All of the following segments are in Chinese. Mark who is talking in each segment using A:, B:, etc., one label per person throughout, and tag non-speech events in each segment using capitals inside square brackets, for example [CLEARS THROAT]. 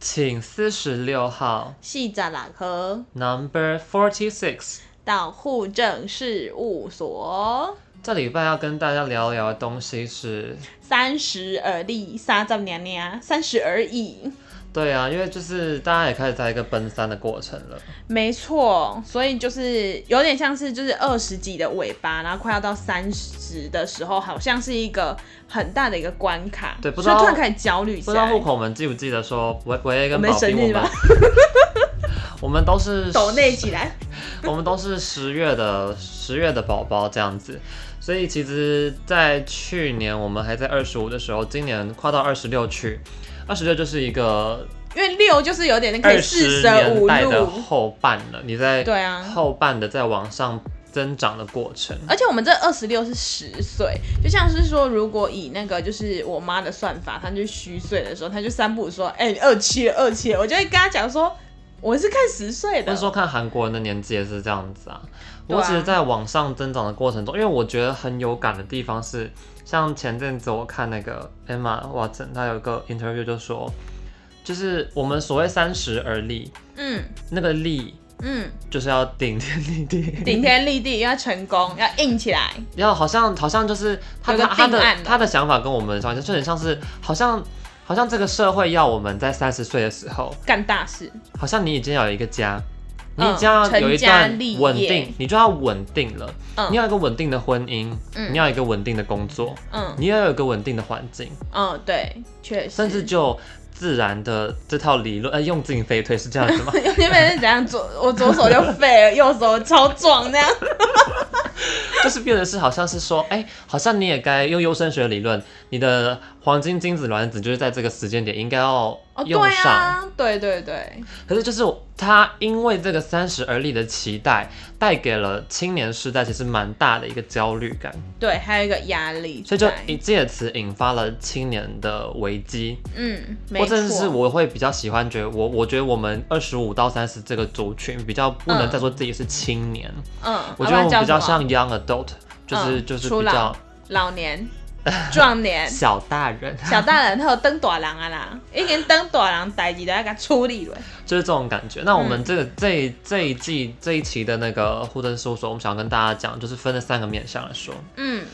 A: 请四十六号
B: 细扎拉科
A: Number Forty Six。
B: 到户政事务所。
A: 这礼拜要跟大家聊聊的东西是，
B: 三十而立，三十娘娘，三十而已。
A: 对啊，因为就是大家也开始在一个奔三的过程了。
B: 没错，所以就是有点像是就是二十几的尾巴，然后快要到三十的时候，好像是一个很大的一个关卡，
A: 对不知
B: 所
A: 道
B: 以突然开始焦虑
A: 不
B: 起
A: 知道
B: 来
A: 户。口们记不记得说，维维
B: 我
A: 跟
B: 们
A: 宝
B: 生
A: 冰
B: 日
A: 我们
B: 吗？
A: [LAUGHS] 我们都是
B: [LAUGHS] 抖内起来，
A: 我们都是十月的十月的宝宝这样子，所以其实，在去年我们还在二十五的时候，今年跨到二十六去，二十六就是一个
B: 因为六就是有点可以
A: 二
B: 四
A: 十
B: 舍
A: 年
B: 五
A: 代的
B: 入，
A: 后半了，你在
B: 对啊
A: 后半的在往上增长的过程。
B: 而且我们这二十六是十岁，就像是说，如果以那个就是我妈的算法，她就虚岁的时候，她就三不五说，哎、你二七了，二七了，我就会跟她讲说，我是看十岁
A: 那
B: 的
A: 时，候看韩国人的年纪也是这样子啊。
B: 对
A: 我
B: 啊
A: 只是在往上增长的过程中，因为我觉得很有感的地方是，像前阵子我看那个 Emma Watson，她有一个 interview 就说，就是我们所谓三十而立，
B: 嗯
A: 那个立
B: 嗯，
A: 就是要顶天立地，
B: 顶天立地要成功，要硬起来，
A: 然后好像好像就是他
B: 有个
A: 他他的
B: 定案嘛
A: 他的想法跟我们好像就很像是好像。好像这个社会要我们在三十岁的时候，
B: 干大事，
A: 好像你已经要有一个家，你
B: 嗯
A: 已经要有一
B: 成家
A: 段
B: 立业
A: 稳定，你就要稳定了。
B: 嗯
A: 你要有一个稳定的婚姻，
B: 嗯
A: 你要有一个稳定的工作，
B: 嗯
A: 你要有一个稳定的环境，
B: 嗯，对，确实，？
A: 甚至就自然的这套理论，呃，用进废退是这样子吗
B: [LAUGHS] 有些人是怎样，左我左手就废了，右手超壮那样，
A: 就是变得是好像是说，哎、好像你也该用优生学理论，你的黄金精子卵子就是在这个时间点应该要
B: 哦，
A: 用
B: 对
A: 上。
B: 啊，对对对，
A: 可是就是他因为这个三十而立的期待，带给了青年时代其实蛮大的一个焦虑感。
B: 对，还有一个压力
A: 所
B: 在，
A: 以就借此引发了青年的危机，
B: 嗯，没
A: 或
B: 错，
A: 者是我会比较喜欢觉得我，我觉得我们二十五到三十这个族群比较不能
B: 嗯
A: 再说自己是青年，
B: 嗯，
A: 我觉
B: 要
A: 得
B: 不
A: 我们
B: 然
A: 比
B: 叫
A: 较
B: 什么
A: 像 young adult，就是、
B: 嗯
A: 就是
B: 初
A: 比较
B: 老老年、壮
A: [LAUGHS]
B: 年、
A: 小大人，
B: 小大人，还有登大人啊啦，已经登大人代志都要给他处理了。
A: 就是这种感觉。那我们
B: 嗯
A: 这个这一这一季这一期的那个互动事务所，我们想要跟大家讲，就是分了三个面向来说。
B: 嗯，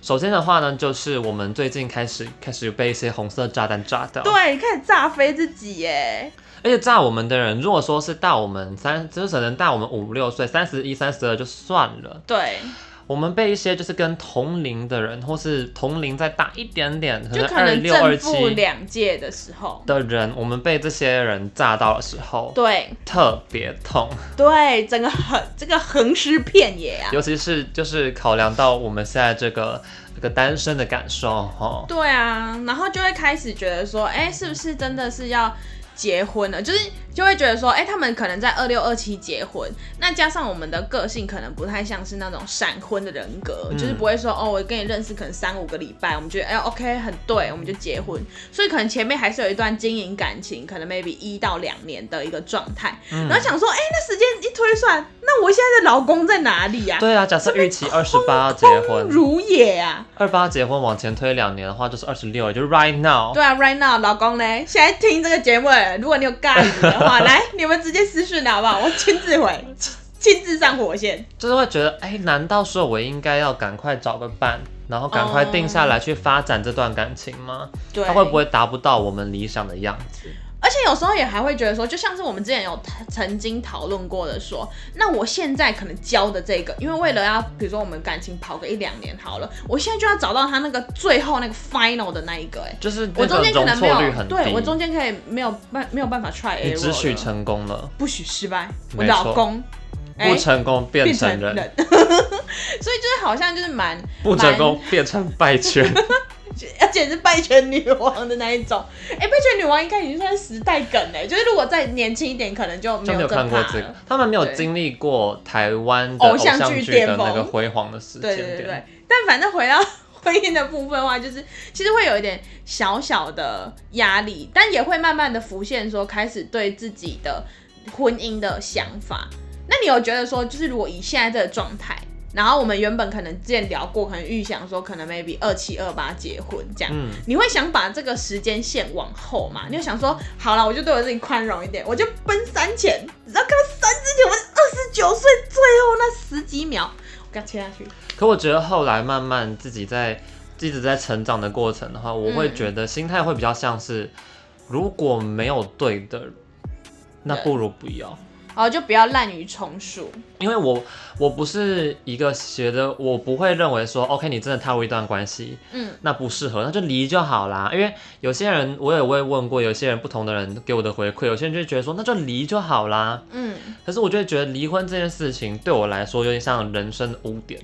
A: 首先的话呢，就是我们最近开始开始被一些红色炸弹炸到，
B: 对，开始炸飞自己耶。
A: 而且炸我们的人，如果说是大我们三，就是可能大我们五六岁，三十一、三十二就算了。 [LAUGHS]
B: 对，
A: 我们被一些就是跟同龄的人，或是同龄再大一点点，可
B: 就
A: 能
B: 可
A: 二
B: 能
A: 六、二
B: 正负
A: 七
B: 两届的时候，
A: 的人，我们被这些人炸到的时候，
B: 对
A: 特别痛。
B: 对，整个横这个横尸遍野啊。
A: 尤其是就是考量到我们现在这个这个单身的感受哈。
B: 对啊，然后就会开始觉得说，哎、是不是真的是要结婚了？就是就会觉得说，哎、他们可能在二六二七结婚，那加上我们的个性可能不太像是那种闪婚的人格，
A: 嗯
B: 就是不会说，哦，我跟你认识可能三五个礼拜，我们觉得，哎、o k 很对，我们就结婚。所以可能前面还是有一段经营感情，可能 maybe 一到两年的一个状态，
A: 嗯
B: 然后想说，哎、那时间一推算，那我现在的老公在哪里呀、啊？
A: 对啊，假设预期二十八结婚，
B: 如也啊，
A: 二八结婚往前推两年的话，就是二十六，也就是 right now。
B: 对啊，right now，老公嘞，现在听这个节目的人，如果你有尬语的
A: [LAUGHS]
B: 话，来，你们直接私讯好不好？我亲自回，亲亲自上火线。
A: 就是会觉得，哎、难道说我应该要赶快找个伴，然后赶快定下来去发展这段感情吗？
B: 对，
A: 他会不？会达不到我们理想的样子？
B: 而且有时候也还会觉得说，就像是我们之前有曾经讨论过的说，那我现在可能教的这个，因为为了要，比如说我们感情跑个一两年好了，我现在就要找到他那个最后那个 final 的那一个、哎，
A: 就是
B: 我
A: 那
B: 中
A: 个
B: 间可
A: 容
B: 能没
A: 错率
B: 有，
A: 很
B: 对我中
A: 低，
B: 间可以没有办没有办法 try，
A: 你只
B: error
A: 许
B: 了
A: 成功了，
B: 不许失败，我
A: 没错
B: 老公。哎
A: 不成功变
B: 变
A: 成
B: 成
A: 人，
B: 人， [LAUGHS] 所以就是好像就是蛮，
A: 不成功变成败犬。
B: 而且是拜权女王的那一种。哎、拜权女王应该已经算是时代梗嘞，就是如果再年轻一点，可能就没
A: 就没有
B: 这
A: 看过
B: 怕
A: 这个
B: 了。，
A: 他们没有
B: 对
A: 经历过台湾的
B: 偶
A: 偶
B: 像
A: 像
B: 剧
A: 剧的
B: 巅峰
A: 那个辉煌的时
B: 对
A: 间
B: 对对对
A: 点。，
B: 但反正回到 [LAUGHS] 婚姻的部分的话，就是其实会有一点小小的压力，但也会慢慢的浮现说开始对自己的婚姻的想法。那你有觉得说，就是如果以现在这个状态，然后我们原本可能之前聊过，可能预想说可能 maybe 二七二八结婚这样，
A: 嗯，
B: 你会想把这个时间线往后嘛？你就想说，好了，我就对我自己宽容一点，我就奔三前，只要看到三之前，我是二十九岁最后那十几秒，我给它切下去。
A: 可我觉得后来慢慢自己在一直在成长的过程的话，我会觉得心态会比较像是，如果没有对的，那
B: 对
A: 不如不要。
B: 哦，就不要滥竽充数。
A: 因为我我不是一个觉得我不会认为说，OK，你真的踏入一段关系，
B: 嗯，
A: 那不适合，那就离就好啦。因为有些人我也会问过，有些人不同的人给我的回馈，有些人就觉得说那就离就好啦。
B: 嗯，
A: 可是我就会觉得离婚这件事情对我来说有点像人生的污点。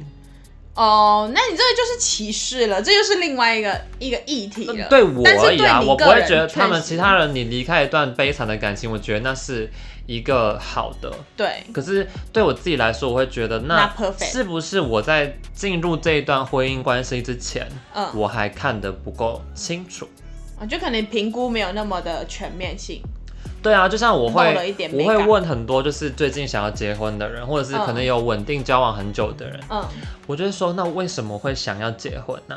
B: 哦，那你这个就是歧视了，这就是另外一个一个议题了。
A: 对我
B: 但是
A: 而已啊，
B: 对你
A: 我不
B: 个
A: 会
B: 人
A: 觉得
B: 确
A: 他们
B: 实
A: 其他人你离开一段悲惨的感情，我觉得那是一个好的。
B: 对
A: 可是对我自己来说，我会觉得那
B: Not perfect
A: 是不是我在进入这一段婚姻关系之前，
B: 嗯，
A: 我还看得不够清楚？
B: 我就可能评估没有那么的全面性。
A: 对啊，就像我
B: 漏了
A: 会
B: 一点美
A: 我
B: 感
A: 会问很多就是最近想要结婚的人，或者是可能
B: 嗯
A: 有稳定交往很久的人，
B: 嗯，
A: 我就会说那为什么会想要结婚呢、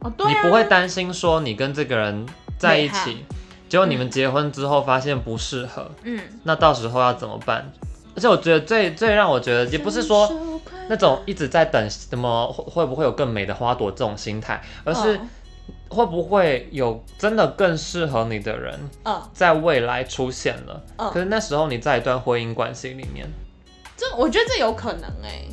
B: 哦，对、啊，
A: 你不会担心说你跟这个人在一
B: 美好
A: 起，结果你们结婚之后发现不适合，
B: 嗯，
A: 那到时候要怎么办？而且我觉得最最让我觉得，也不是说那种一直在等什么会会不会有更美的花朵这种心态，而是
B: 嗯
A: 会不会有真的更适合你的人
B: 嗯，
A: 在未来出现了？
B: 嗯
A: 可是那时候你在一段婚姻关系里面，
B: 这我觉得这有可能哎、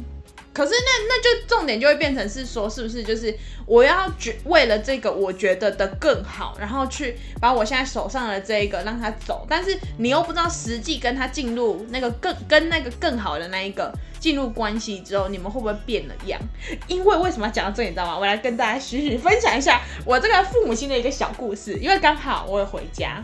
B: 可是那那就重点就会变成是说，是不是就是我要觉为了这个我觉得的更好，然后去把我现在手上的这一个让他走，但是你又不知道实际跟他进入那个更跟那个更好的那一个进入关系之后，你们会不会变了样？因为为什么要讲到这里，你知道吗？我来跟大家徐徐分享一下我这个父母亲的一个小故事，因为刚好我有回家。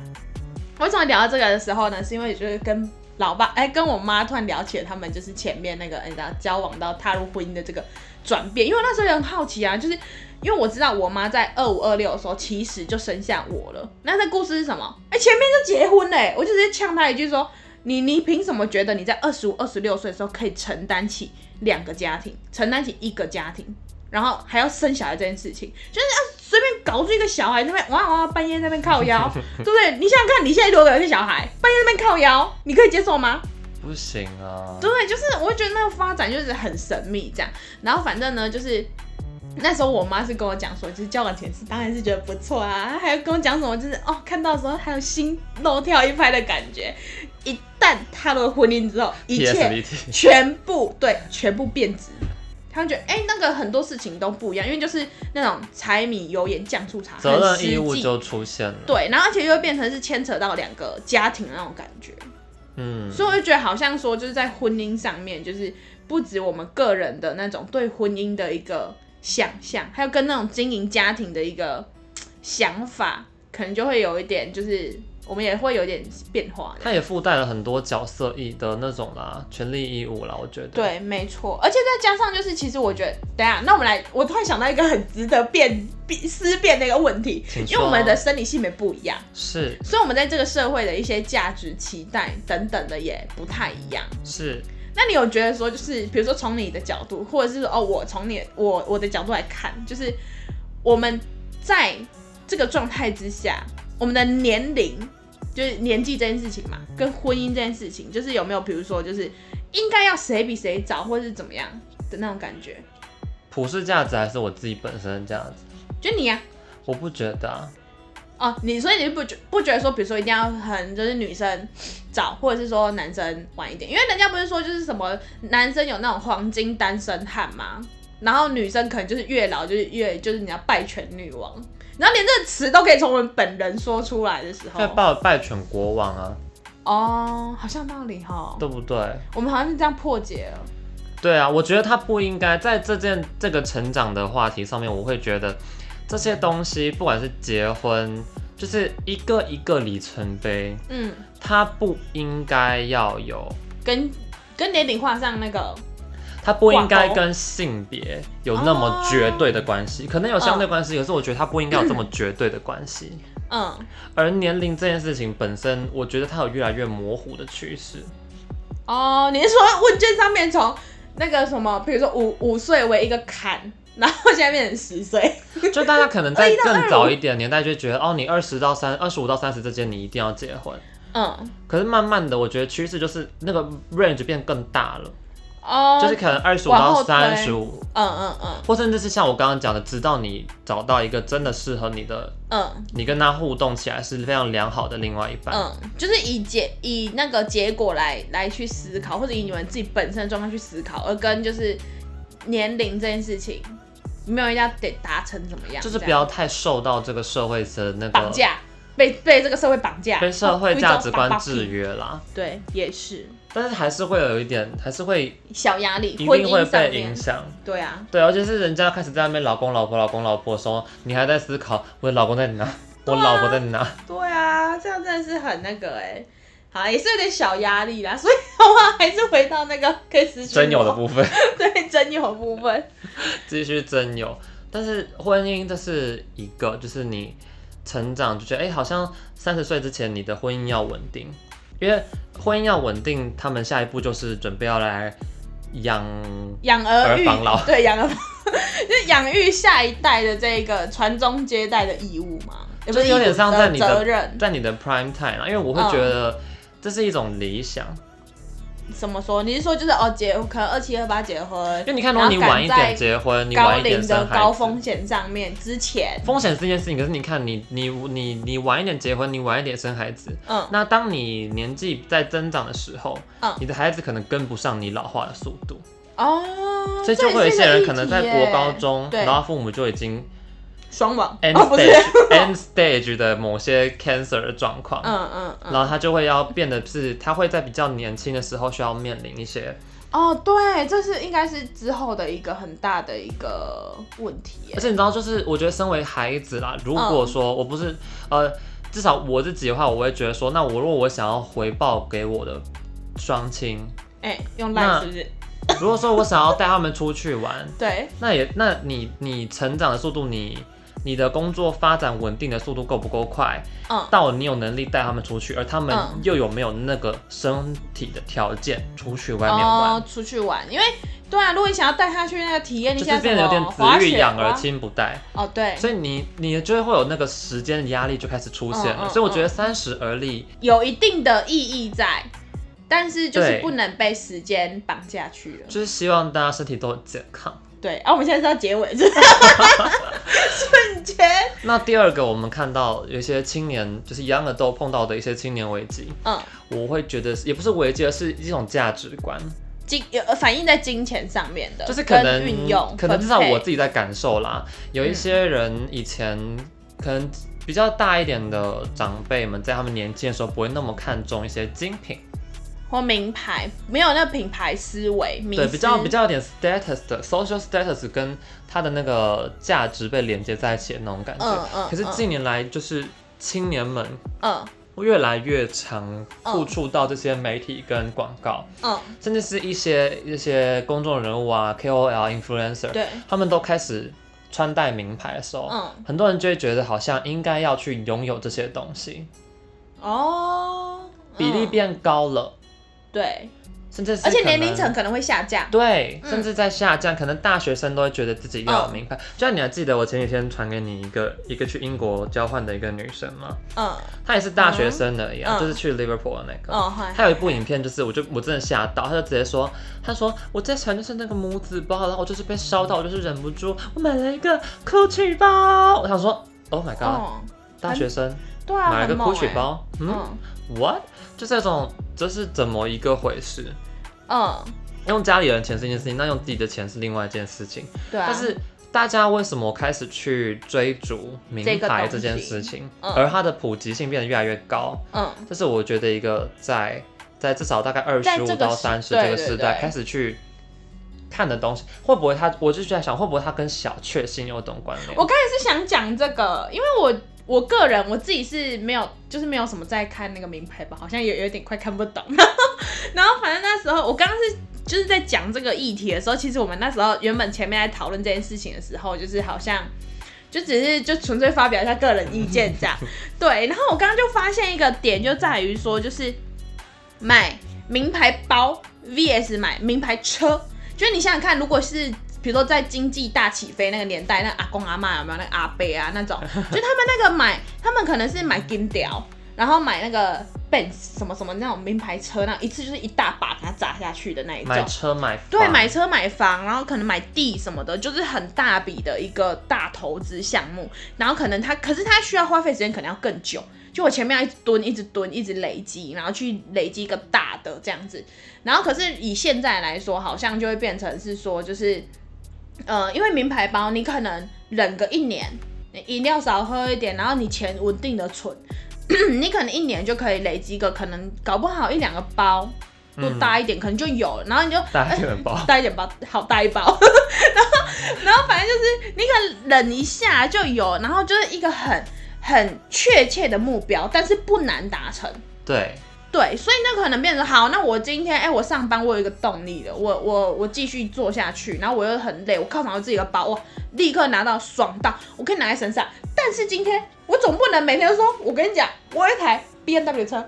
B: 为什么聊到这个的时候呢？是因为就是跟老爸哎、跟我妈突然聊起了他们就是前面那个你知道交往到踏入婚姻的这个转变，因为那时候也很好奇啊，就是因为我知道我妈在二五二六的时候其实就生下我了。那这故事是什么？哎、前面就结婚嘞、我就直接呛她一句说。你你凭什么觉得你在二十五、二十六岁的时候可以承担起两个家庭，承担起一个家庭，然后还要生小孩这件事情，就是要随便搞出一个小孩那边哇哇半夜在那边靠
A: [LAUGHS]
B: 腰，对不对？你想想看，你现在如果有一个小孩半夜在那边靠腰，你可以接受吗？
A: 不行啊，
B: 对，就是我会觉得那个发展就是很神秘这样。然后反正呢，就是那时候我妈是跟我讲说，就是交往前是当然是觉得不错啊，还有跟我讲什么，就是哦，看到的时候还有心漏跳一拍的感觉。一旦踏入婚姻之后，一切
A: PSVT
B: 全部对，全部变质。他们觉得，哎、那个很多事情都不一样，因为就是那种柴米油盐酱醋茶，很
A: 责任
B: 实
A: 义务
B: 际
A: 就出现了，
B: 对，然后而且又会变成是牵扯到两个家庭的那种感觉，
A: 嗯，
B: 所以我就觉得好像说就是在婚姻上面，就是不止我们个人的那种对婚姻的一个想象，还有跟那种经营家庭的一个嘖想法，可能就会有一点就是我们也会有点变化的。
A: 它也附带了很多角色义的那种啦，权利义务啦，我觉得，，
B: 对，没错，而且再加上就是，其实我觉得，等一下，那我们来，我突然想到一个很值得辩辩思辨的一个问题
A: 请，
B: 因为我们
A: 说啊
B: 的生理性别不一样，
A: 是
B: 所以我们在这个社会的一些价值、期待等等的也不太一样。
A: 是，
B: 那你有觉得说，就是比如说从你的角度，或者是说哦，我从你我我的角度来看，就是我们在这个状态之下，我们的年龄就是年纪这件事情嘛，跟婚姻这件事情，就是有没有比如说就是应该要谁比谁早，或者是怎么样的那种感觉？
A: 普世价值还是我自己本身的价值？
B: 就你呀、啊
A: 我不觉得啊，
B: 哦，你所以你不觉不觉得说，比如说一定要很就是女生早，或者是说男生晚一点，因为人家不是说就是什么男生有那种黄金单身汉嘛，然后女生可能就是越老就是越就是你要拜权女王，然后连这个词都可以从我们本人说出来的时
A: 在
B: 候，
A: 拜拜犬国王啊，
B: 哦，好像道理哈，
A: 对不对？
B: 我们好像是这样破解了，
A: 对啊，我觉得他不应该在这件这个成长的话题上面，我会觉得这些东西，不管是结婚，就是一个一个里程碑，
B: 嗯，
A: 它不应该要有，
B: 跟跟年龄画上那个，
A: 它不应该
B: 挂钩
A: 跟性别有那么绝对的关系，可能有相对关系，可是我觉得它不应该有这么绝对的关系。
B: 嗯，
A: 而年龄这件事情本身，我觉得它有越来越模糊的趋势。
B: 哦，你是说问卷上面从那个什么，比如说五五岁为一个坎，然后现在变成十岁，
A: [LAUGHS] 就大家可能在
B: 21到
A: 更
B: 25
A: 早一点的年代就觉得，哦，你二十到三、二十五到三十之间你一定要结婚。
B: 嗯，
A: 可是慢慢的，我觉得趋势就是那个 range 变更大了，
B: 哦，
A: 就是可能二十五
B: 往
A: 到
B: 后推
A: 三十五，
B: 嗯嗯嗯
A: 或甚至是像我刚刚讲的，直到你找到一个真的适合你的，
B: 嗯
A: 你跟他互动起来是非常良好的另外一半。
B: 嗯，就是以结以那个结果来来去思考，或者以你们自己本身的状况去思考，而跟就是年龄这件事情，没有一定要得达成怎么样，
A: 就是不
B: 这样
A: 要太受到这个社会的那
B: 绑
A: 个
B: 架，被被这个社会绑架，
A: 被社会价值
B: 哦有
A: 观
B: 一种绑
A: 制约啦，
B: 绑对，也是
A: 但是还是会有一点，还是会
B: 小压力，
A: 一
B: 婚
A: 定会
B: 姻上
A: 被影
B: 面，
A: 响。
B: 对啊，
A: 对，而且是人家开始在那边老公老婆老公老婆的时候，你还在思考我的老公在哪，
B: 啊
A: 我老婆在哪，
B: 对啊，这样真的是很那个哎、好啦，也是有点小压力啦，所以的话还是回到那个 [LAUGHS] 可以私讯
A: 真有的
B: 我
A: 部分
B: [LAUGHS] 对真有的部分，
A: 继续真有。但是婚姻这是一个，就是你成长就觉得，哎、好像三十岁之前你的婚姻要稳定，因为婚姻要稳定，他们下一步就是准备要来养
B: 养儿
A: 儿
B: 育
A: 防老
B: 对养儿防， [LAUGHS] 就是养育下一代的这个传宗接代的义务嘛，也不
A: 就是有点
B: 义务呃
A: 像在你的
B: 责任，嗯
A: 在你的 prime time 啊啦，因为我会觉得这是一种理想，
B: 怎么说？你是说就是哦结可能二七二八结婚
A: 因为你看，如果你晚一点结婚，你
B: 高
A: 晚一点
B: 龄的
A: 生
B: 高
A: 孩
B: 风
A: 子。
B: 险上面之前，
A: 风险是一件事情，可是你看你，你你你晚一点结婚，你晚一点生孩子，
B: 嗯
A: 那当你年纪在增长的时候，
B: 嗯
A: 你的孩子可能跟不上你老化的速度，
B: 哦，
A: 所以就会有一些人可能在国高中，
B: 对
A: 然后父母就已经
B: 双亡
A: end
B: 哦不是，
A: stage、end [LAUGHS] stage 的某些 cancer 的状况，
B: 嗯嗯嗯
A: 然，后他就会要变得是，他会在比较年轻的时候需要面临一些
B: 哦，对，这是应该是之后的一个很大的一个问题耶
A: 而。且你知道，就是我觉得身为孩子啦，如
B: 嗯
A: 果说我不是、呃，至少我自己的话，我会觉得说，那我如果我想要回报给我的双亲，
B: 哎、用
A: 那
B: 赖是不是？
A: 如果说我想要带他们出去玩，
B: 对，
A: 那也那你你成长的速度，你你的工作发展稳定的速度够不够快？
B: 嗯
A: 到你有能力带他们出去，而他们
B: 嗯
A: 又有没有那个身体的条件出去外面玩？
B: 哦，出去玩，因为对啊，如果你想要带他去那个体验一
A: 就是
B: 下
A: 变
B: 什
A: 得有点
B: 么
A: 子
B: 滑
A: 欲
B: 雪
A: 养而
B: 啊
A: 亲不待。
B: 哦，对，
A: 所以你你就会有那个时间的压力就开始出现了，
B: 嗯嗯
A: 所以我觉得三十而立，
B: 有一定的意义在，但是就是
A: 对
B: 不能被时间绑架去了。
A: 就是希望大家身体都很健康。
B: 对，啊，我们现在是要结尾，
A: [LAUGHS]
B: 是吧瞬间，
A: 那第二个，我们看到有一些青年，就是 young a d u 碰到的一些青年危机，
B: 嗯，
A: 我会觉得是也不是危机，而是一种价值观，
B: 金呃反映在金钱上面的，
A: 就是可能
B: 跟运用，
A: 可能至少
B: 分配
A: 我自己在感受啦，有一些人以前可能比较大一点的长辈们，在他们年轻的时候不会那么看重一些精品，
B: 或名牌，没有那个品牌思维，迷
A: 对，比较
B: 失
A: 比较有点 status 的 social status 跟他的那个价值被连接在一起的那种感觉。
B: 嗯嗯
A: 可是
B: 嗯
A: 近年来，就是青年们
B: 嗯
A: 越来越常
B: 嗯
A: 付触到这些媒体跟广告，
B: 嗯，
A: 甚至是一些一些公众人物啊、KOL、influencer，
B: 对，
A: 他们都开始穿戴名牌的时候，
B: 嗯
A: 很多人就会觉得好像应该要去拥有这些东西，
B: 哦，
A: 比例
B: 嗯
A: 变高了，
B: 对，
A: 甚至是
B: 而且年
A: 可
B: 龄
A: 能
B: 层可能会下降。
A: 对，
B: 嗯
A: 甚至在下降，可能大学生都会觉得自己要
B: 哦
A: 有名牌。就像你还记得我前几天传给你一个一个去英国交换的一个女生吗？
B: 嗯
A: 她也是大学生的一样，
B: 嗯
A: 就是去 Liverpool 的那个。
B: 嗯，嗨
A: 她有一部影片，就是我就我真的吓到，她就直接说，她说我在想就是那个母子包，然后我就是被烧到，我就是忍不住，我买了一个 Gucci 包。我想说，Oh my god，、
B: 哦，
A: 大学生
B: 对啊，
A: 买了个
B: 很猛
A: Gucci
B: 欸，
A: 包，嗯
B: 嗯
A: ，What？就这种，这是怎么一个回事？
B: 嗯，
A: 用家里人钱是一件事情，那用自己的钱是另外一件事情。
B: 对啊，
A: 但是大家为什么开始去追逐名
B: 这个
A: 牌
B: 东
A: 这件
B: 西
A: 事情，
B: 嗯
A: 而它的普及性变得越来越高？
B: 嗯
A: 这是我觉得一个在在至少大概二
B: 在
A: 十
B: 这
A: 五
B: 个
A: 到
B: 时
A: 三十
B: 对
A: 这个
B: 对
A: 时代
B: 对
A: 开始去看的东西，会不会它？我就是在想，会不会它跟小确幸有种关联？
B: 我刚才是想讲这个，因为我我个人我自己是没有，就是没有什么在看那个名牌吧，好像有有点快看不懂。 [LAUGHS] 然后，然后反正那时候我刚刚是就是在讲这个议题的时候，其实我们那时候原本前面在讨论这件事情的时候，就是好像。就只是就纯粹发表一下个人意见这样，对。然后我刚刚就发现一个点，就在于说，就是买名牌包 VS 买名牌车，就是你想想看，如果是比如说在经济大起飞那个年代，那个阿公阿妈有没有那个阿伯啊那种，就他们那个买，他们可能是买金条，然后买那个 Benz 什么什么那种名牌车，那一次就是一大把给它砸下去的那一种
A: 买。车买房，
B: 对，买车、买房，然后可能买地什么的，就是很大笔的一个大投资项目。然后可能他，可是他需要花费时间可能要更久。就我前面要一直蹲，一直蹲，一直累积，然后去累积一个大的这样子。然后可是以现在来说，好像就会变成是说，就是呃，因为名牌包你可能忍个一年，你饮料少喝一点，然后你钱稳定的存， [CLEARS THROAT] 你可能一年就可以累积个，可能搞不好一两个包。多
A: 嗯
B: 搭一点，可能就有了，然后你就，
A: 大一点包
B: [LAUGHS] 带一点包，好大一包， [LAUGHS] 然后然后反正就是你可能忍一下就有，然后就是一个很很确切的目标，但是不难达成。
A: 对，
B: 对，所以那可能变成好，那我今天哎、我上班我有一个动力了，我我我继续做下去，然后我又很累，我犒赏我自己的包，我立刻拿到爽到，我可以拿在身上。但是今天我总不能每天都说，我跟你讲，我有一台 B M W 车，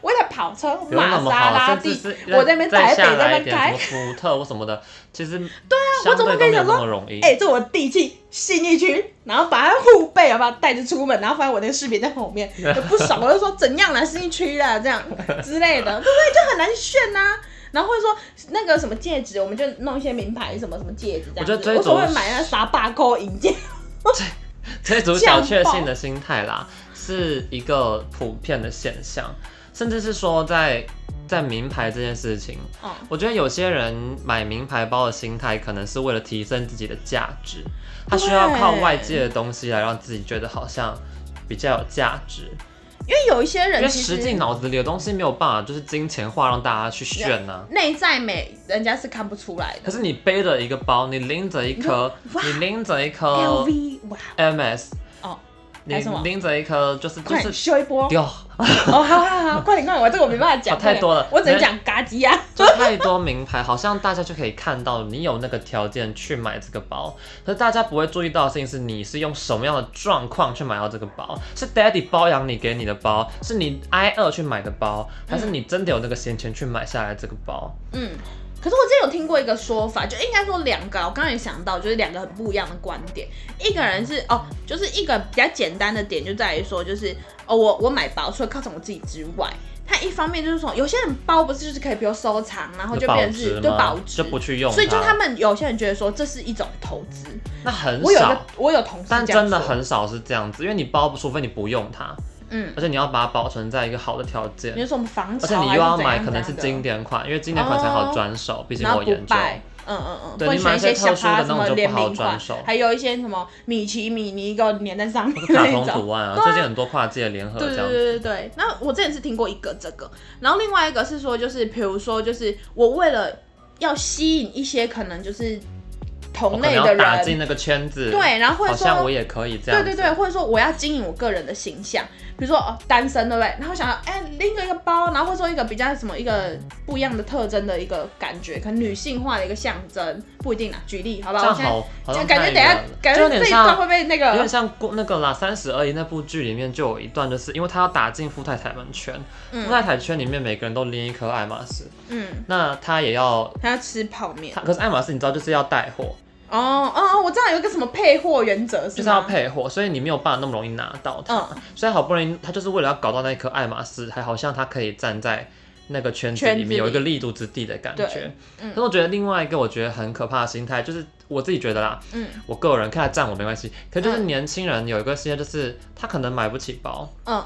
B: 我有一台跑车
A: 不用那
B: 玛
A: 么
B: 莎
A: 好，
B: 拉
A: 甚
B: 蒂
A: 至，是
B: 我在那边
A: 再
B: 台北
A: 下
B: 在
A: 来
B: 那
A: 一点什
B: 边开
A: 么，福特或什么的，其实对
B: 我
A: 啊
B: 怎么
A: 都
B: 跟你
A: 没有
B: 讲
A: 那
B: 说
A: 么容易？
B: 哎、这我地契信义区，然后把它护背，好不好？带着出门，然后发现我那个视频在后面，就不爽，我就说怎样啦，信义区啦，这样
A: [LAUGHS]
B: 之类的，对不对？就很难炫呐、然后或者说那个什么戒指，我们就弄一些名牌什么什么戒指这样子。
A: 我觉得追逐
B: 所谓买那啥八勾银戒，
A: 这种小确幸的心态啦，是一个普遍的现象，甚至是说在在名牌这件事情，
B: 嗯，
A: 我觉得有些人买名牌包的心态，可能是为了提升自己的价值，他需要靠外界的东西来让自己觉得好像比较有价值，
B: 因为有一些
A: 因为
B: 人其
A: 实际
B: 实
A: 脑子里的东西没有办法就是金钱化让大家去炫呢、
B: 内在美，人家是看不出来
A: 可
B: 的。
A: 是你背着一个包，你拎着一颗，
B: 哇
A: 你拎着一颗
B: LV 哇，
A: MS，
B: 哦，
A: 你
B: 还有什么
A: 拎着一颗就是呃就
B: 快
A: 是
B: 点修一波！
A: 掉。
B: 哦，好好好，快点快点，我这个我没办法讲，
A: 哦太多了
B: 我只能讲嘎叽呀。
A: 就太多名牌，好像大家就可以看到你有那个条件去买这个包，可是大家不会注意到的事情是，你是用什么样的状况去买到这个包？ [LAUGHS] 是 Daddy 包养你给你的包，是你 I 二去买的包，还是你真的有那个闲钱去买下来这个包？
B: 嗯，可是我之前有听过一个说法，就应该说两个，我刚刚也想到，就是两个很不一样的观点。一个人
A: 嗯
B: 是哦，就是一个比较简单的点就在于说，就是哦，我我买包除了犒赏我自己之外，他一方面就是说，有些人包不是就是可以比如收藏，然后就
A: 保
B: 变成是
A: 值
B: 对
A: 吗
B: 保值
A: 就，不去用它，
B: 所以就他们有些人觉得说这是一种投资。
A: 那很
B: 嗯我有一个
A: 少，
B: 我有同事
A: 但
B: 这样
A: 真的
B: 说
A: 很少是这样子，因为你包不，除非你不用它，
B: 嗯，
A: 而且你要把它保存在一个好的条件
B: 你。就说我们房啊
A: 而
B: 子，
A: 且你又要买可能是经典款，因为经典款才好
B: 哦
A: 转手，毕竟
B: 然
A: 我
B: 后
A: 有
B: 不
A: 研究。
B: 败，嗯嗯嗯，
A: 对
B: 会
A: 你买
B: 选
A: 一
B: 一
A: 些
B: 些
A: 特
B: 小
A: 殊的
B: 趴
A: 那
B: 什
A: 种
B: 么
A: 就不
B: 联
A: 好
B: 名
A: 转
B: 款
A: 手，
B: 还有一些什么米奇、米妮给我粘在
A: [LAUGHS]
B: 上面
A: 或是卡
B: 那
A: 通
B: 一种。
A: 图案啊，
B: [LAUGHS] 对啊
A: 最近很多跨界联合
B: 对
A: 这
B: 对
A: 样
B: 对
A: 子。
B: 对对，那我之前是听过一个这个，然后另外一个是说，就是比如说，就是我为了要吸引一些可能就是
A: 我哦
B: 同
A: 可能
B: 类
A: 要
B: 的
A: 打
B: 人，
A: 进那个圈子，
B: 对，然后或
A: 好
B: 者
A: 像
B: 说
A: 我也可以这样
B: 对
A: 子。
B: 对对，或者说我要经营我个人的形象，比如说哦单身对不对？然后想要哎拎个一个包，然后或者说一个比较什么一个不一样的特征的一个感觉，可能女性化的一个象征，不一定啦。举例好不
A: 这
B: 好？
A: 样
B: 我现在
A: 好，好像
B: 就感觉
A: 太
B: 等一
A: 远
B: 下
A: 了
B: 感
A: 就有
B: 觉这
A: 点
B: 一段会
A: 像。
B: 不会那
A: 有点
B: 个？
A: 像过那个啦，《三十而已》那部剧里面就有一段，就是因为他要打进富太太们圈，富
B: 嗯
A: 太太圈里面每个人都拎一颗爱马仕，
B: 嗯，
A: 那他也要
B: 他要吃泡面
A: 他，。可是爱马仕你知道就是要带货，
B: 哦哦哦，我知道有一个什么配货原则是
A: 就
B: 吗
A: 是要。配货，所以你没有办法那么容易拿到它。
B: 嗯，
A: 所以好不容易，他就是为了要搞到那颗爱马仕，还好像他可以站在那个圈子
B: 圈
A: 里
B: 子
A: 面
B: 里
A: 有一个立足之地的感觉
B: 对。嗯
A: 但我觉得另外一个我觉得很可怕的心态，就是我自己觉得啦，
B: 嗯
A: 我个人看他占我没关系，可就是年轻人有一个心态，就是他可能买不起包，
B: 嗯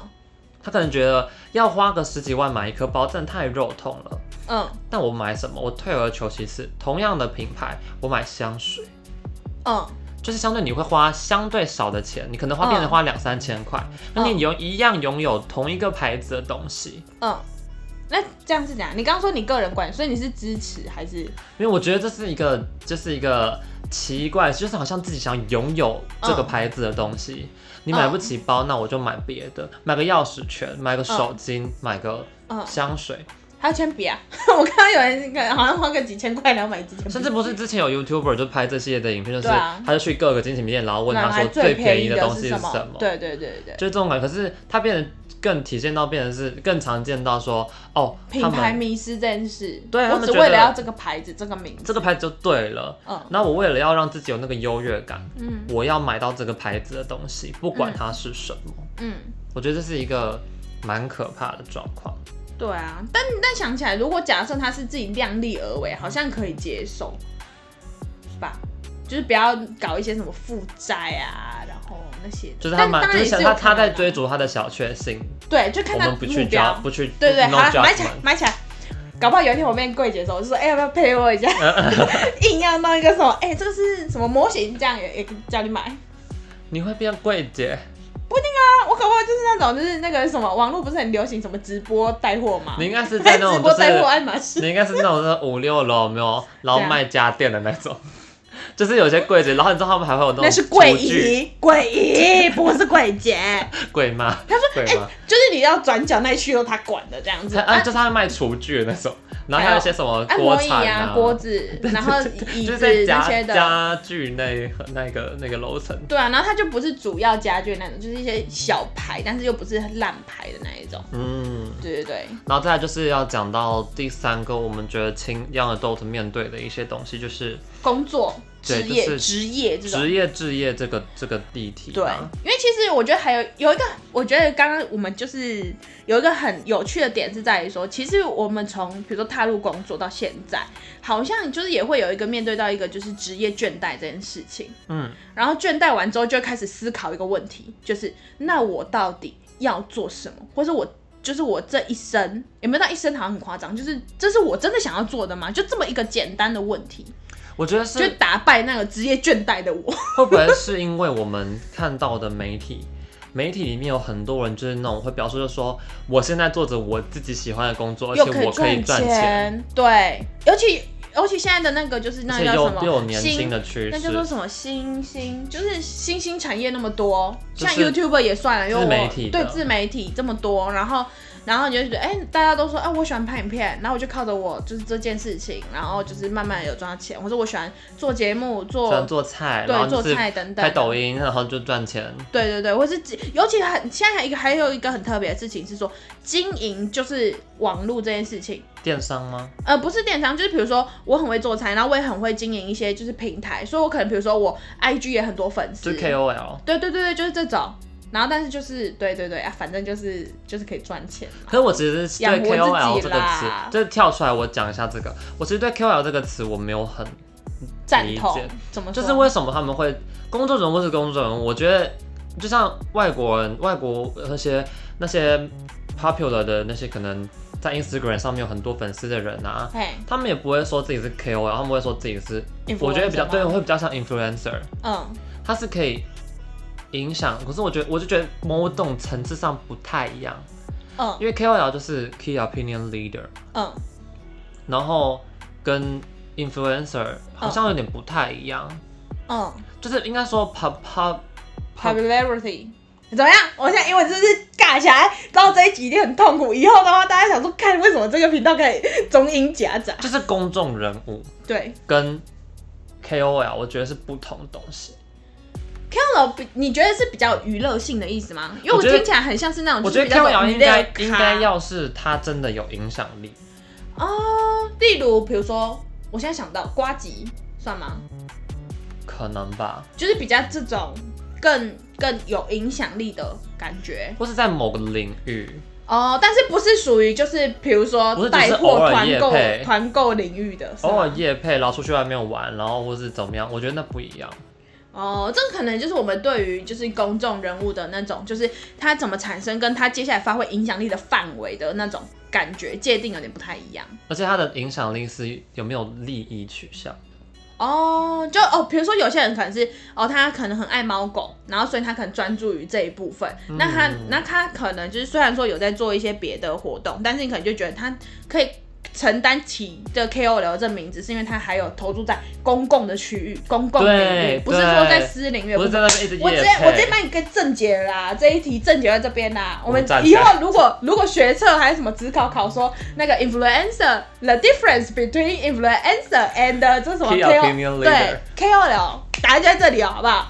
A: 他可能觉得要花个十几万买一颗包，真的太肉痛了。
B: 嗯
A: 但我买什么？我退而求其次，同样的品牌，我买香水。
B: 嗯，
A: 就是相对你会花相对少的钱，你可能花变成花两三千块，那、你有一样拥有同一个牌子的东西，
B: 嗯，那这样是怎样？你刚刚说你个人观点，所以你是支持还是？
A: 因为我觉得这是一个就是一个奇怪，就是好像自己想拥有这
B: 嗯
A: 个牌子的东西，你买不起包，那我就买别的，买个钥匙圈，买个手巾，买个
B: 嗯
A: 香水，
B: 还有铅笔啊！ [LAUGHS] 我看到有人可能好像花个几千块来买几千，
A: 甚至不是之前有 YouTuber 就拍这系列的影片，就是
B: 对啊
A: 他就去各个精品店，然后问
B: 那
A: 他
B: 它
A: 说最
B: 便
A: 便宜的
B: 的
A: 东西
B: 什
A: 什么，
B: 对对对对，
A: 就这种感觉。可是它变成更体现到变成是更常见到说哦，
B: 品
A: 他
B: 牌
A: 们
B: 迷失这件事，
A: 对啊他
B: 我
A: 们
B: 只
A: 觉
B: 为
A: 得
B: 了要这个牌子这个名字，
A: 这个牌子就对了。
B: 嗯
A: 那我为了要让自己有那个优越感，
B: 嗯
A: 我要买到这个牌子的东西，不管它是什么。
B: 嗯，
A: 我觉得这是一个蛮可怕的状况。
B: 对啊，但但想起来，如果假设他是自己量力而
A: 嗯
B: 为，好像可以接受，吧？就是不要搞一些什么负债啊，然后那些的，
A: 就是他
B: 但
A: 蛮，
B: 当
A: 就
B: 然
A: 是
B: 也
A: 想
B: 有
A: 他
B: 可
A: 他在
B: 能啊
A: 追，逐他的小确幸，
B: 对，就看
A: 我
B: 他
A: 们不去
B: 目
A: 抓，
B: 标，
A: 不去
B: 对对，
A: no
B: 好，买起来
A: judgment。
B: 买起来。搞不好有一天我变柜姐的时候，我就说：“哎、要不要陪
A: [LAUGHS]
B: 我一下？”硬要弄一个什么？哎、这个是什么模型？这样也也叫你买啊？
A: 你会变柜姐，
B: 我搞不好就是那种，就是那个什么网络不是很流行什么直播带货嘛？
A: 你应该是在
B: 在
A: 那种
B: 直
A: 就
B: 播带货
A: 是，
B: 爱马仕，
A: 你应该是那种就是五六楼有没有，然后
B: 对啊
A: 卖家电的那种， [LAUGHS] 就是有些柜姐，然后你知道他们还会有那种
B: 那是桂
A: 厨具
B: [LAUGHS] 姨，桂姨不是桂姐。哎
A: 贵吗？他说贵吗？
B: 就是你要转角那一区都他管的这样子。
A: 他啊，
B: 啊
A: 就是他们卖厨具的那种，然后还
B: 还
A: 有
B: 有
A: 一些什么
B: 按
A: 锅
B: 摩椅
A: 铲
B: 啊、锅子，然后
A: [LAUGHS]
B: 椅
A: 就是
B: 子
A: 在
B: 那
A: 家
B: 些的，
A: 家具那那个那个楼层，
B: 对啊，然后它就不是主要家具那种，就是一些小牌，但是又不是烂牌的那一种。
A: 嗯。
B: 对对对，
A: 然后再来就是要讲到第三个，我们觉得青 young adult 面对的一些东西，就是
B: 工作、
A: 对
B: 职业、
A: 就是
B: 职业这种
A: 职。业啊置业这个这个议题啊
B: 对
A: 吧。，
B: 因为其实我觉得还有有一个，我觉得刚刚我们就是有一个很有趣的点是在于说，其实我们从比如说踏入工作到现在，好像就是也会有一个面对到一个就是职业倦怠这件事情。
A: 嗯，
B: 然后倦怠完之后，就会开始思考一个问题，就是那我到底要做什么，或者我就是我这一生有没有到一生好像很夸张，就是这是我真的想要做的吗？就这么一个简单的问题，
A: 我觉得是
B: 就打败那个职业倦怠的我。
A: 会不会是因为我们看到的媒体，媒体里面有很多人就是那种会表述，就说我现在做着我自己喜欢的工作，而
B: 又
A: 且我可以
B: 赚
A: 赚，
B: 对，尤其尤其现在的那个就是
A: 而
B: 那
A: 且
B: 叫
A: 又
B: 什
A: 又有
B: 么
A: 年轻的趋
B: 那
A: 势
B: 叫，做什么新兴，就是新兴产业那么多，
A: 就
B: 像
A: 是
B: YouTuber 也算了，因为
A: 自
B: 我
A: 媒体的
B: 对自媒体这么多，然后然后你就觉得，哎、大家都说，哎、我喜欢拍影片，然后我就靠着我就是这件事情，然后就是慢慢有赚到钱，或者我喜欢做节目，
A: 喜欢做
B: 做
A: 菜，然
B: 对
A: 后
B: 做
A: 就是
B: 菜等等，
A: 拍抖音，然后就赚钱。
B: 对对对，或是经尤其很现在还有一个还有一个很特别的事情是说，经营就是网络这件事情，
A: 电商吗？
B: 呃，不是电商，就是比如说我很会做菜，然后我也很会经营一些就是平台，所以我可能比如说我 IG 也很多粉
A: 就
B: 丝，
A: 是 KOL。
B: 对对对对，就是这种。然后但是就是对对对啊，反正就是就是可以赚钱嘛。
A: 可是我其实是对
B: 养活自己
A: KOL 这个词
B: 啦，
A: 就是跳出来我讲一下这个。我其实对 KOL 这个词我没有很，
B: 赞
A: 理
B: 同
A: 解
B: 怎么说？
A: 就是为什么他们会工作人物是工作人物？我觉得就像外国人、外国那些那些 popular 的那些可能在 Instagram 上面有很多粉丝的人啊，
B: 嘿，
A: 他们也不会说自己是 KOL，他们会说自己是，我觉得比较
B: influencer 吗
A: 对，会比较像 influencer，
B: 嗯，
A: 他是可以影响，可是我觉得我就觉得某种层次上不太一样。
B: 嗯
A: 因为 KOL 就是 Key Opinion Leader，
B: 嗯
A: 然后跟 Influencer
B: 哦
A: 好像有点不太一样，
B: 嗯
A: 就是应该说 pop pop pop
B: ，popularity 怎么样？我现在因为就是尬起来，到这一集一定很痛苦。以后的话，大家想说，看为什么这个频道可以中英夹杂？
A: 就是公众人物
B: 对
A: 跟 KOL，我觉得是不同的东西。
B: ，KOL 比你觉得是比较娱乐性的意思吗？因为
A: 我
B: 我
A: 觉得
B: 听起来很像是那种，
A: 我觉得
B: 嗯就是比较
A: KOL
B: 娱
A: 应该
B: 乐咖
A: 应该要是他真的有影响力，
B: 哦，例如比如说，我现在想到瓜吉算吗？
A: 可能吧，
B: 就是比较这种更更有影响力的感觉
A: 或是在某个领域，
B: 哦，但是不是属于就是比如
A: 不
B: 说
A: 是只
B: 带
A: 是偶
B: 货
A: 尔
B: 团
A: 业
B: 购
A: 配
B: 团购领域的，是吗啊
A: 偶尔夜配，然后出去外面玩，然后或是怎么样，我觉得那不一样。
B: 哦，这个可能就是我们对于就是公众人物的那种，就是他怎么产生跟他接下来发挥影响力的范围的那种感觉界定有点不太一样。
A: 而且他的影响力是有没有利益取向？
B: 哦，就哦，比如说有些人可能是哦，他可能很爱猫狗，然后所以他可能专注于这一部分。那
A: 嗯
B: 他那他可能就是虽然说有在做一些别的活动，但是你可能就觉得他可以承担起这 KOL 这名字，是因为他还有投注在公共的区域、公共领
A: 对
B: 域，不是说在
A: 对
B: 私领域的
A: 不
B: 部
A: 是
B: 分。
A: 在那边一直
B: 我直
A: 夜
B: 接我直接
A: 配。
B: 把你给正解了啦，这一题正解在这边啦。我们
A: 站起
B: 以
A: 来
B: 后如果如果学测还是什么职考考说那个 influencer the difference between influencer and 这是什么
A: Key
B: KOL
A: opinion leader
B: 对 KOL [LAUGHS] 答案就在这里哦，好不好？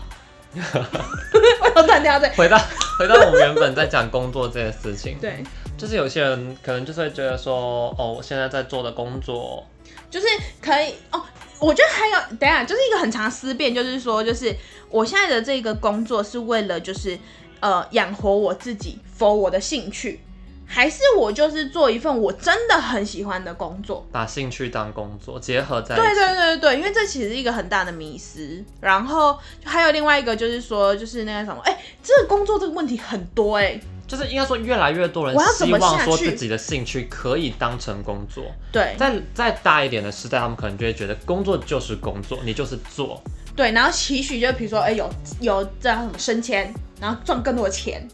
B: 我突然听到这，
A: 回到 [LAUGHS] 回到我们原本在讲工作这件事情，
B: 对，
A: 就是有些人可能就是会觉得说，哦，我现在在做的工作，
B: 就是可以哦。我觉得还有，等一下就是一个很长思辨，就是说，就是我现在的这个工作是为了就是呃养活我自己，for 我的兴趣，还是我就是做一份我真的很喜欢的工作？
A: 把兴趣当工作结合在一起，
B: 对对对对，因为这其实是一个很大的迷失。然后还有另外一个就是说，就是那个什么，哎、这个工作这个问题很多哎、
A: 就是应该说越来越多人
B: 我要怎
A: 希
B: 么
A: 望
B: 下
A: 说
B: 去
A: 自己的兴趣可以当成工作。
B: 对
A: 再再大一点的时代，他们可能就会觉得工作就是工作，你就是做，
B: 对，然后期许就比如说，哎、有有这样什么升迁，然后赚更多钱，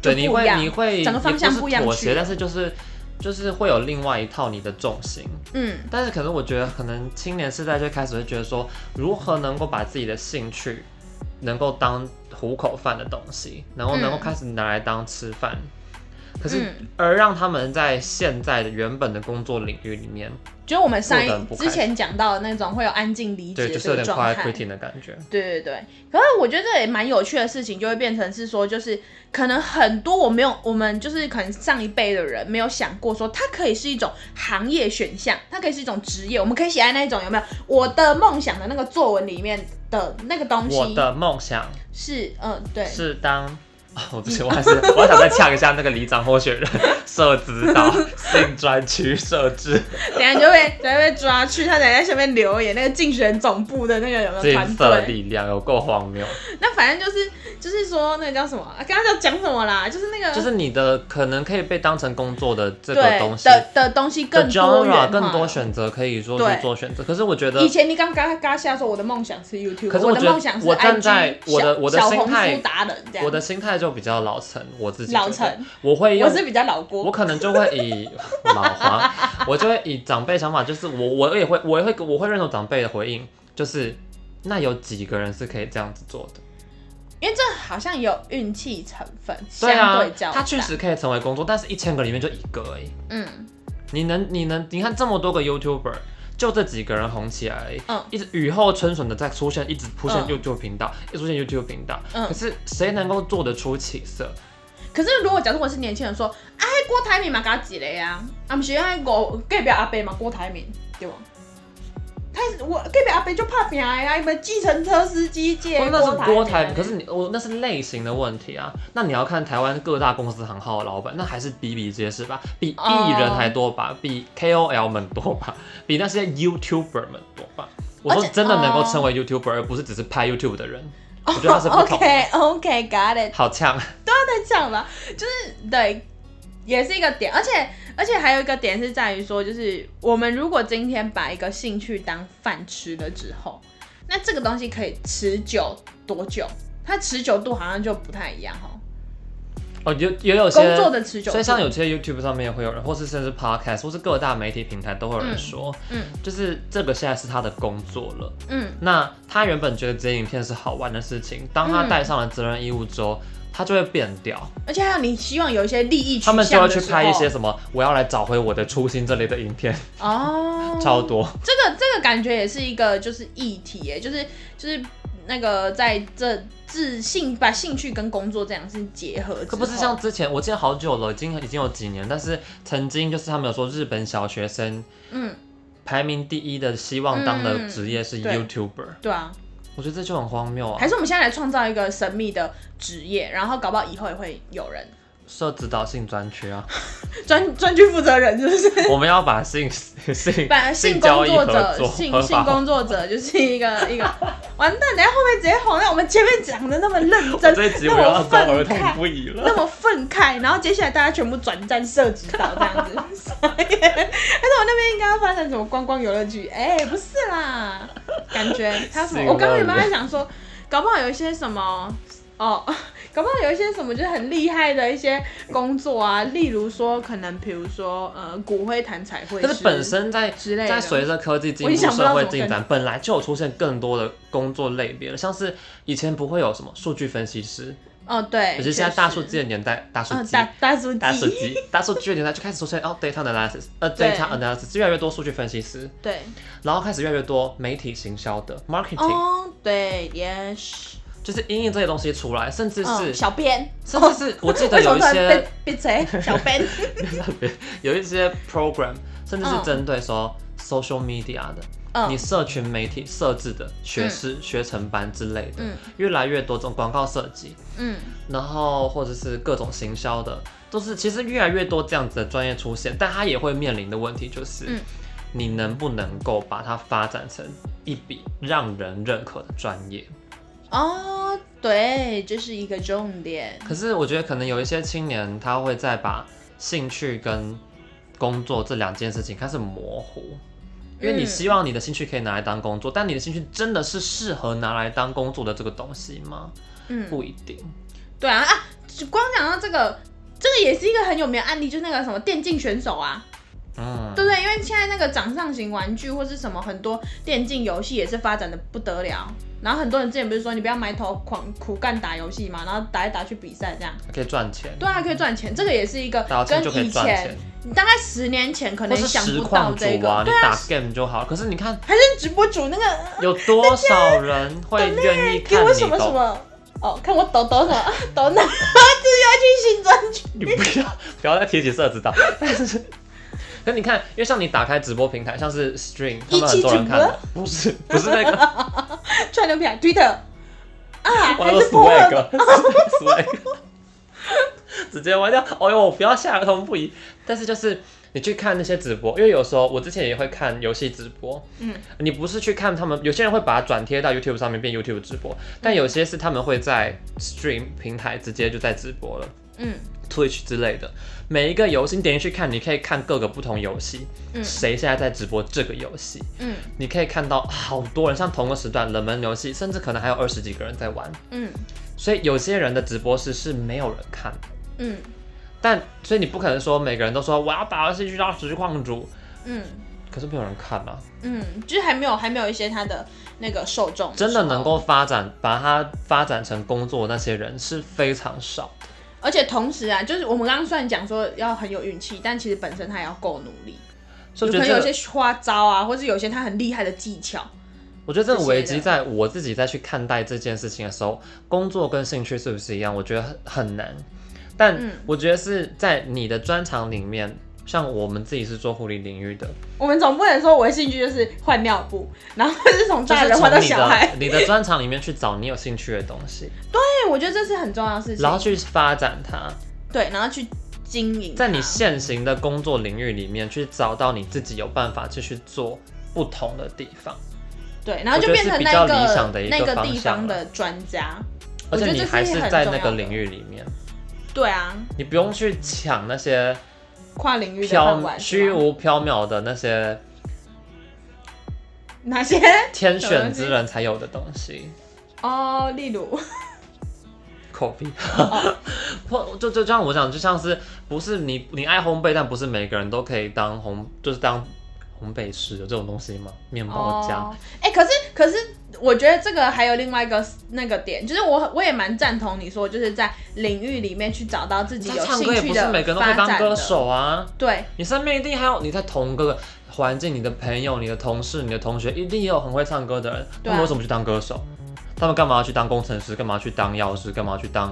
A: 对，
B: 就
A: 你
B: 不一
A: 会
B: 样
A: 你会
B: 整个方向
A: 也
B: 不
A: 不
B: 一
A: 是
B: 样
A: 妥
B: 去
A: 协，但是就是就是会有另外一套你的重心。
B: 嗯，
A: 但是可能我觉得，可能青年世代就开始会觉得说，如何能够把自己的兴趣能够当糊口饭的东西，然后
B: 嗯
A: 能够开始拿来当吃饭。可是
B: 嗯，
A: 而让他们在现在的原本的工作领域里面，
B: 就是我们上
A: 过得很不
B: 一
A: 开
B: 之前讲到的那种会有安静离职
A: 对，
B: 的
A: 就是
B: 这
A: 有
B: 个
A: 点
B: 状
A: quiet
B: 态。
A: quitting 的感觉。
B: 对对对，可是我觉得这也蛮有趣的事情，就会变成是说，就是可能很多我没有，我们就是可能上一辈的人没有想过说，它可以是一种行业选项，它可以是一种职业，我们可以写在那一种有没有我的梦想的那个作文里面的那个东
A: 我
B: 西
A: 的梦想
B: 是，嗯，对，
A: 是当，哦、我不行，我还
B: [LAUGHS]
A: 是我还想再呛一下那个里长候选人， [LAUGHS] 社指导性专区设置
B: 等一下你就被等一下被抓去，他等一下下面留言那个竞选总部的那个 [LAUGHS] 有没有
A: 金
B: 团
A: 色
B: 队？
A: 力量，有够荒谬。
B: 那反正就是就是说那个叫什么啊？刚刚要讲什么啦？就是 [LAUGHS] 那个
A: 就是你的可能可以被当成工作的这个
B: 对
A: 东西
B: 的的东西更多元
A: genre
B: 化了
A: 更多选择可以说
B: 对
A: 去做选择。可是我觉得
B: 以，前你刚刚嘎下说我的梦想是 YouTube，
A: 可是
B: 我
A: 我
B: 的
A: 觉得
B: 梦想是
A: 我站
B: IG
A: 在我的
B: 小
A: 我的
B: 小
A: 心
B: 红
A: 态
B: 书达人这样，
A: 我的心态就比较老成，我自己
B: 老
A: 觉得
B: 成，
A: 我会
B: 我
A: 用。
B: 是比较老
A: 我
B: 郭，
A: 可能就会
B: [LAUGHS]
A: 以老黄，我就会以长辈想法，就是我我也会我也会我会认同长辈的回应，就是那有几个人是可以这样子做的？
B: 因为这好像有运气成分，
A: 对
B: 相
A: 啊
B: 对较，
A: 他
B: 大，
A: 确实可以成为工作，但是一千个里面就一个而已。
B: 嗯，
A: 你能你能你看这么多个 YouTuber，就这几个人红起来而已，
B: 嗯
A: 一直雨后春笋的在出现，一直出现
B: 嗯
A: YouTube 频道，一直出现 YouTube 频道，
B: 嗯
A: 可是谁能够做得出起色？
B: 可是如果假设我是年轻人说，哎，郭台铭嘛，嘎几嘞啊，俺们学校我隔壁阿伯嘛，郭台铭对吧？他我隔壁阿伯就怕拼的啊，什么计程车司机借
A: 那是
B: 郭
A: 郭台
B: 台铭
A: 铭，可是你我那是类型的问题啊。那你要看台湾各大公司行号的老板，那还是比比皆是吧，比
B: 哦
A: 艺人还多吧，比 KOL 们多吧， [LAUGHS] 比那些 YouTuber 们多吧。我
B: 而
A: 说
B: 且
A: 真的能够
B: 哦
A: 成为 YouTuber，而不是只是拍 YouTube 的人，我觉得他是不同的。
B: OK OK，got 哦 it。
A: 好呛，
B: 太像了，就是对，也是一个点，而且而且还有一个点是在于说，就是我们如果今天把一个兴趣当饭吃了之后，那这个东西可以持久多久？它持久度好像就不太一样哦，
A: 哦，也也有些
B: 工作的持久度。
A: 所以像有些 YouTube 上面也会有人，或是甚至 Podcast，或是各大媒体平台都会有人说，
B: 嗯
A: 就是这个现在是他的工作了。
B: 嗯
A: 那他原本觉得剪影片是好玩的事情，当他
B: 嗯
A: 带上了责任义务之后，他就会变掉，
B: 而且还有你希望有一些利益取
A: 他
B: 向的
A: 们
B: 时
A: 就
B: 候，
A: 会去拍一些什么我要来找回我的初心这类的影片，
B: 哦，
A: 超多。
B: 这个这个感觉也是一个就是议题耶，就是就是那个在这自兴把兴趣跟工作这两是结合之后，
A: 可不是像之前，我记得好久了，已经已经有几年，但是曾经就是他们有说日本小学生
B: 嗯
A: 排名第一的希望当的
B: 嗯
A: 职业是
B: 对
A: YouTuber，、
B: 对啊，
A: 我觉得这就很荒谬啊
B: 还。是我们现在来创造一个神秘的职业，然后搞不好以后也会有人 [LAUGHS]
A: 设指导性专区啊。
B: 专专区负责人，是不
A: [LAUGHS]
B: 是？
A: 我们要把性性
B: 把性
A: 性
B: 工
A: 交易
B: 作
A: 合
B: 者、
A: 作 [LAUGHS]
B: 性
A: 合
B: 性
A: 法化
B: 工作者就是
A: [LAUGHS]
B: 一个一个完蛋，等一下会不会直接红？那我们前面讲的那么认真，
A: 这一集
B: 那
A: 我要
B: 么
A: 跟儿
B: 愤
A: 童
B: 慨，
A: 不宜了。
B: [LAUGHS] 那么愤慨，然后接下来大家全部转战社指导这样子。 [LAUGHS] 傻眼还是我那边应该要发展什么观光游乐区？哎、不是啦，感觉他什
A: 是
B: 么？我刚刚
A: 乐
B: 有没有在
A: 园
B: 想说，搞不好有一些什么哦， [LAUGHS] 搞不好有一些什么就是很厉害的一些工作啊，例如说可能比如说呃骨灰坛彩绘师，
A: 可是本身在
B: 之类的
A: 在随着科技进
B: 我已
A: 步、
B: 经想不到
A: 社会
B: 怎么
A: 进
B: 跟
A: 展，本来就有出现更多的工作类别了，像是以前不会有什么数据分析师，
B: 哦对，
A: 可是现在大数
B: 确实
A: 据的年代，大数
B: 嗯
A: 据。
B: 大大数
A: 大数
B: 据 [LAUGHS]
A: 据、大数据的年代就开始出现哦，data analysis，呃
B: 对
A: ，data analysis 越来越多数据分析师，
B: 对
A: 然后开始越来越多媒体行销的 marketing，、
B: 哦对哦 yes。
A: 就是因应这些东西出来，甚至是、
B: 嗯，小编，
A: 甚至是我记得
B: 为什
A: 有
B: 么
A: 一
B: 突然
A: 些
B: 被被谁？小
A: [LAUGHS]
B: 编，
A: 有一些 program，甚至是
B: 嗯
A: 针对说 social media 的，你
B: 嗯
A: 社群媒体设置的学士、学成班之类的，
B: 嗯
A: 越来越多这种广告设计，
B: 嗯，
A: 然后或者是各种行销的，都是其实越来越多这样子的专业出现，但它也会面临的问题就是，
B: 嗯
A: 你能不能够把它发展成一笔让人认可的专业？
B: 哦，对，这是一个重点。
A: 可是我觉得可能有一些青年他会再把兴趣跟工作这两件事情开始模糊，因为你
B: 嗯
A: 希望你的兴趣可以拿来当工作，但你的兴趣真的是适合拿来当工作的这个东西吗？
B: 嗯，
A: 不一定。
B: 对啊啊，就光讲到这个，这个也是一个很有名的案例，就是那个什么电竞选手啊，
A: 嗯，
B: 对不对？因为现在那个掌上型玩具或是什么很多电竞游戏也是发展的不得了。然后很多人之前不是说你不要埋头狂苦干打游戏嘛，然后打一打去比赛这样，
A: 可以赚钱，
B: 对啊，可以赚钱，这个也是一个
A: 打游
B: 跟
A: 戏就可以
B: 以
A: 赚
B: 前
A: 钱，
B: 你大概十年前可
A: 或
B: 能
A: 是
B: 想
A: 实
B: 不到
A: 况主
B: 这个，
A: 啊，你
B: 对啊，
A: 打 game 就好。可是你看
B: 还是直播主那个
A: 有多少人
B: [LAUGHS]
A: 会愿意
B: 给
A: 看
B: 我
A: 你
B: 啊什么什
A: 抖？
B: 么。哦，看我抖抖什么抖哪，就是要去新专区。
A: 你不要 [LAUGHS] 不要再提起色指导，但是。可你看，因为像你打开直播平台，像是 Stream，他们很多人看的，不是不是那个，
B: 串流平台 Twitter 啊，
A: 玩
B: 还
A: 到
B: 是 p o r
A: Swag Swag，直接玩掉。哦呦，我不要下儿童不宜。但是就是你去看那些直播，因为有时候我之前也会看游戏直播，
B: 嗯，
A: 你不是去看他们，有些人会把它转贴到 YouTube 上面变 YouTube 直播，但有些是他们会在 Stream 平台直接就在直播了。
B: 嗯
A: Twitch 之类的，每一个游戏你点进去看，你可以看各个不同游戏，
B: 嗯
A: 谁现在在直播这个游戏，
B: 嗯
A: 你可以看到好多人，像同个时段冷门游戏，甚至可能还有二十几个人在玩。
B: 嗯
A: 所以有些人的直播室是没有人看的，
B: 嗯
A: 但所以你不可能说每个人都说我要把游戏去到实况主，
B: 嗯
A: 可是没有人看啊。
B: 嗯，就是还没有还没有一些他的那个受众
A: 真的
B: 时候
A: 能，够发展把它发展成工作的那些人是非常少。
B: 而且同时啊，就是我们刚刚虽然讲说要很有运气，但其实本身他也要够努力，
A: 所
B: 有
A: 以我
B: 可
A: 觉得这
B: 能有
A: 个，
B: 一些花招啊，或是有一些他很厉害的技巧。
A: 我觉得这个危
B: 这些
A: 机
B: 的
A: 在我自己再去看待这件事情的时候，工作跟兴趣是不是一样？我觉得很很难。但
B: 嗯
A: 我觉得是在你的专长里面，像我们自己是做护理领域
B: [LAUGHS]
A: 的，
B: 我们总不能说我的兴趣就是换尿布，然后是从
A: 就
B: 大
A: 是
B: 人换
A: 从
B: 到
A: 你
B: 小孩
A: 的。你的专长里面去找你有兴趣的东西，
B: 对，我觉得 [LAUGHS] 这是很重要的事情。
A: 然后去发展它。
B: 对，然后去经营它，
A: 在你现行的工作领域里面去找到你自己有办法继续做不同的地方，
B: 对，然后
A: 我觉
B: 就
A: 得
B: 变
A: 是
B: 成
A: 比
B: 那
A: 较
B: 个
A: 理想的一个
B: 那个
A: 方
B: 地
A: 向
B: 方
A: 了
B: 的专家。我
A: 而
B: 觉
A: 且
B: 得
A: 你
B: 这是
A: 还
B: 很
A: 在
B: 重
A: 那
B: 要
A: 个
B: 的
A: 领域里面，
B: 对啊，
A: 你不用去抢那些
B: 跨领域的饭
A: 飘
B: 碗
A: 虚
B: 是吗
A: 无缥缈的那些
B: 哪些？ [LAUGHS]
A: 天
B: 什么
A: 选
B: 东西
A: 之人才有的东西。
B: 哦，例如，
A: 口碑，哦或就就像我讲，就像是不是你你爱烘焙，但不是每个人都可以当烘，就是当烘焙师有这种东西吗？面包家，
B: 哦，哎、可是可是，我觉得这个还有另外一个那个点，就是我我也蛮赞同你说，就是在领域里面去找到自己
A: 但
B: 有
A: 唱
B: 兴
A: 歌也
B: 趣
A: 不是
B: 的
A: 每个人都可
B: 发
A: 以当
B: 展
A: 歌
B: 的。
A: 手啊。
B: 对，
A: 你身边一定还有你在同个环境，你的朋友、你的同事、你的同学，一定也有很会唱歌的人。他
B: 对啊
A: 们为什么去当歌手？他们干嘛要去当工程师？干嘛去当药师？干嘛去当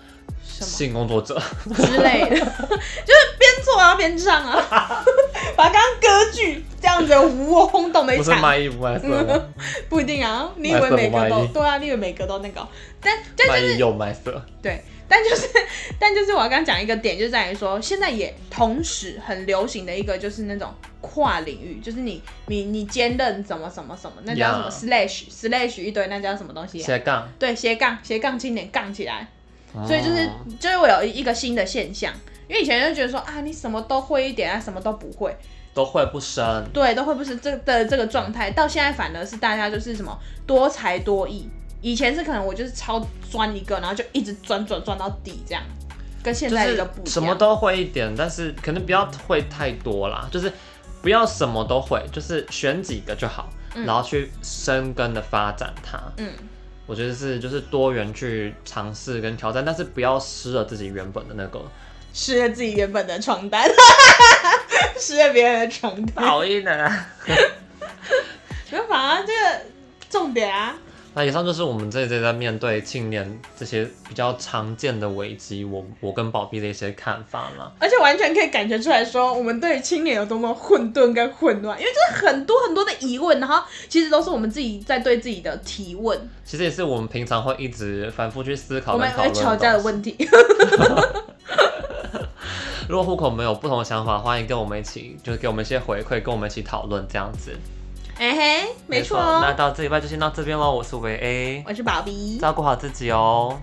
B: [LAUGHS] 什么
A: 性工作者？
B: 之类的， [LAUGHS] 就是边做啊边唱啊， [LAUGHS] 把刚刚歌剧这样子无轰动的一
A: 不是
B: 场。
A: 卖艺不卖色吗？
B: 嗯不一定啊，你以
A: 卖
B: 为
A: 色
B: 每
A: 不卖
B: 个都
A: 力
B: 对啊，你以为每个都那个哦，但但
A: 卖艺又卖色。
B: 对，但就是 [LAUGHS] 但就是我要刚讲一个点，就在于说，现在也同时很流行的一个就是那种跨领域，就是你你你兼任什么什么什么，那叫什么 slash slash 一堆，那叫什么东西啊、
A: 斜杠，
B: 对，斜杠斜杠青年杠起来，所以就是
A: 哦
B: 就是我有一个新的现象，因为以前就觉得说啊，你什么都会一点啊，什么都不会，
A: 都会不深。
B: 对，都会不是这的这个状态，到现在反而是大家就是什么多才多艺。以前是可能我就是超钻一个，然后就一直钻钻钻到底这样，跟现
A: 就
B: 在
A: 是
B: 的不一样。
A: 什么都会一点，但是可能不要会太多啦，就是不要什么都会，就是选几个就好，
B: 嗯
A: 然后去深耕的发展它。
B: 嗯，
A: 我觉得是就是多元去尝试跟挑战，但是不要失了自己原本的那个。
B: 吃了自己原本的床单， [LAUGHS] 吃了别人的床单，
A: 厌啊！
B: 没办法啊，这个重点啊。
A: [LAUGHS] 那以上就是我们这一节在面对青年这些比较常见的危机，我我跟宝碧的一些看法啦。
B: 而且完全可以感觉出来说，我们对于青年有多么混沌跟混乱，因为就是很多很多的疑问，然后其实都是我们自己在对自己的提问，
A: 其实也是我们平常会一直反复去思考
B: 我
A: 跟
B: 们
A: 讨
B: 会
A: 论
B: 吵架
A: 东
B: 的
A: 西
B: 问题。
A: 如果户口们有不同的想法，欢迎跟我们一起，就是给我们一些回馈，跟我们一起讨论这样子。
B: 哎 [LAUGHS] 嘿，没错
A: 那
B: 哦，
A: 到这礼拜就先到这边喽。我是维 A，
B: 我是宝 B，
A: 照顾好自己哦。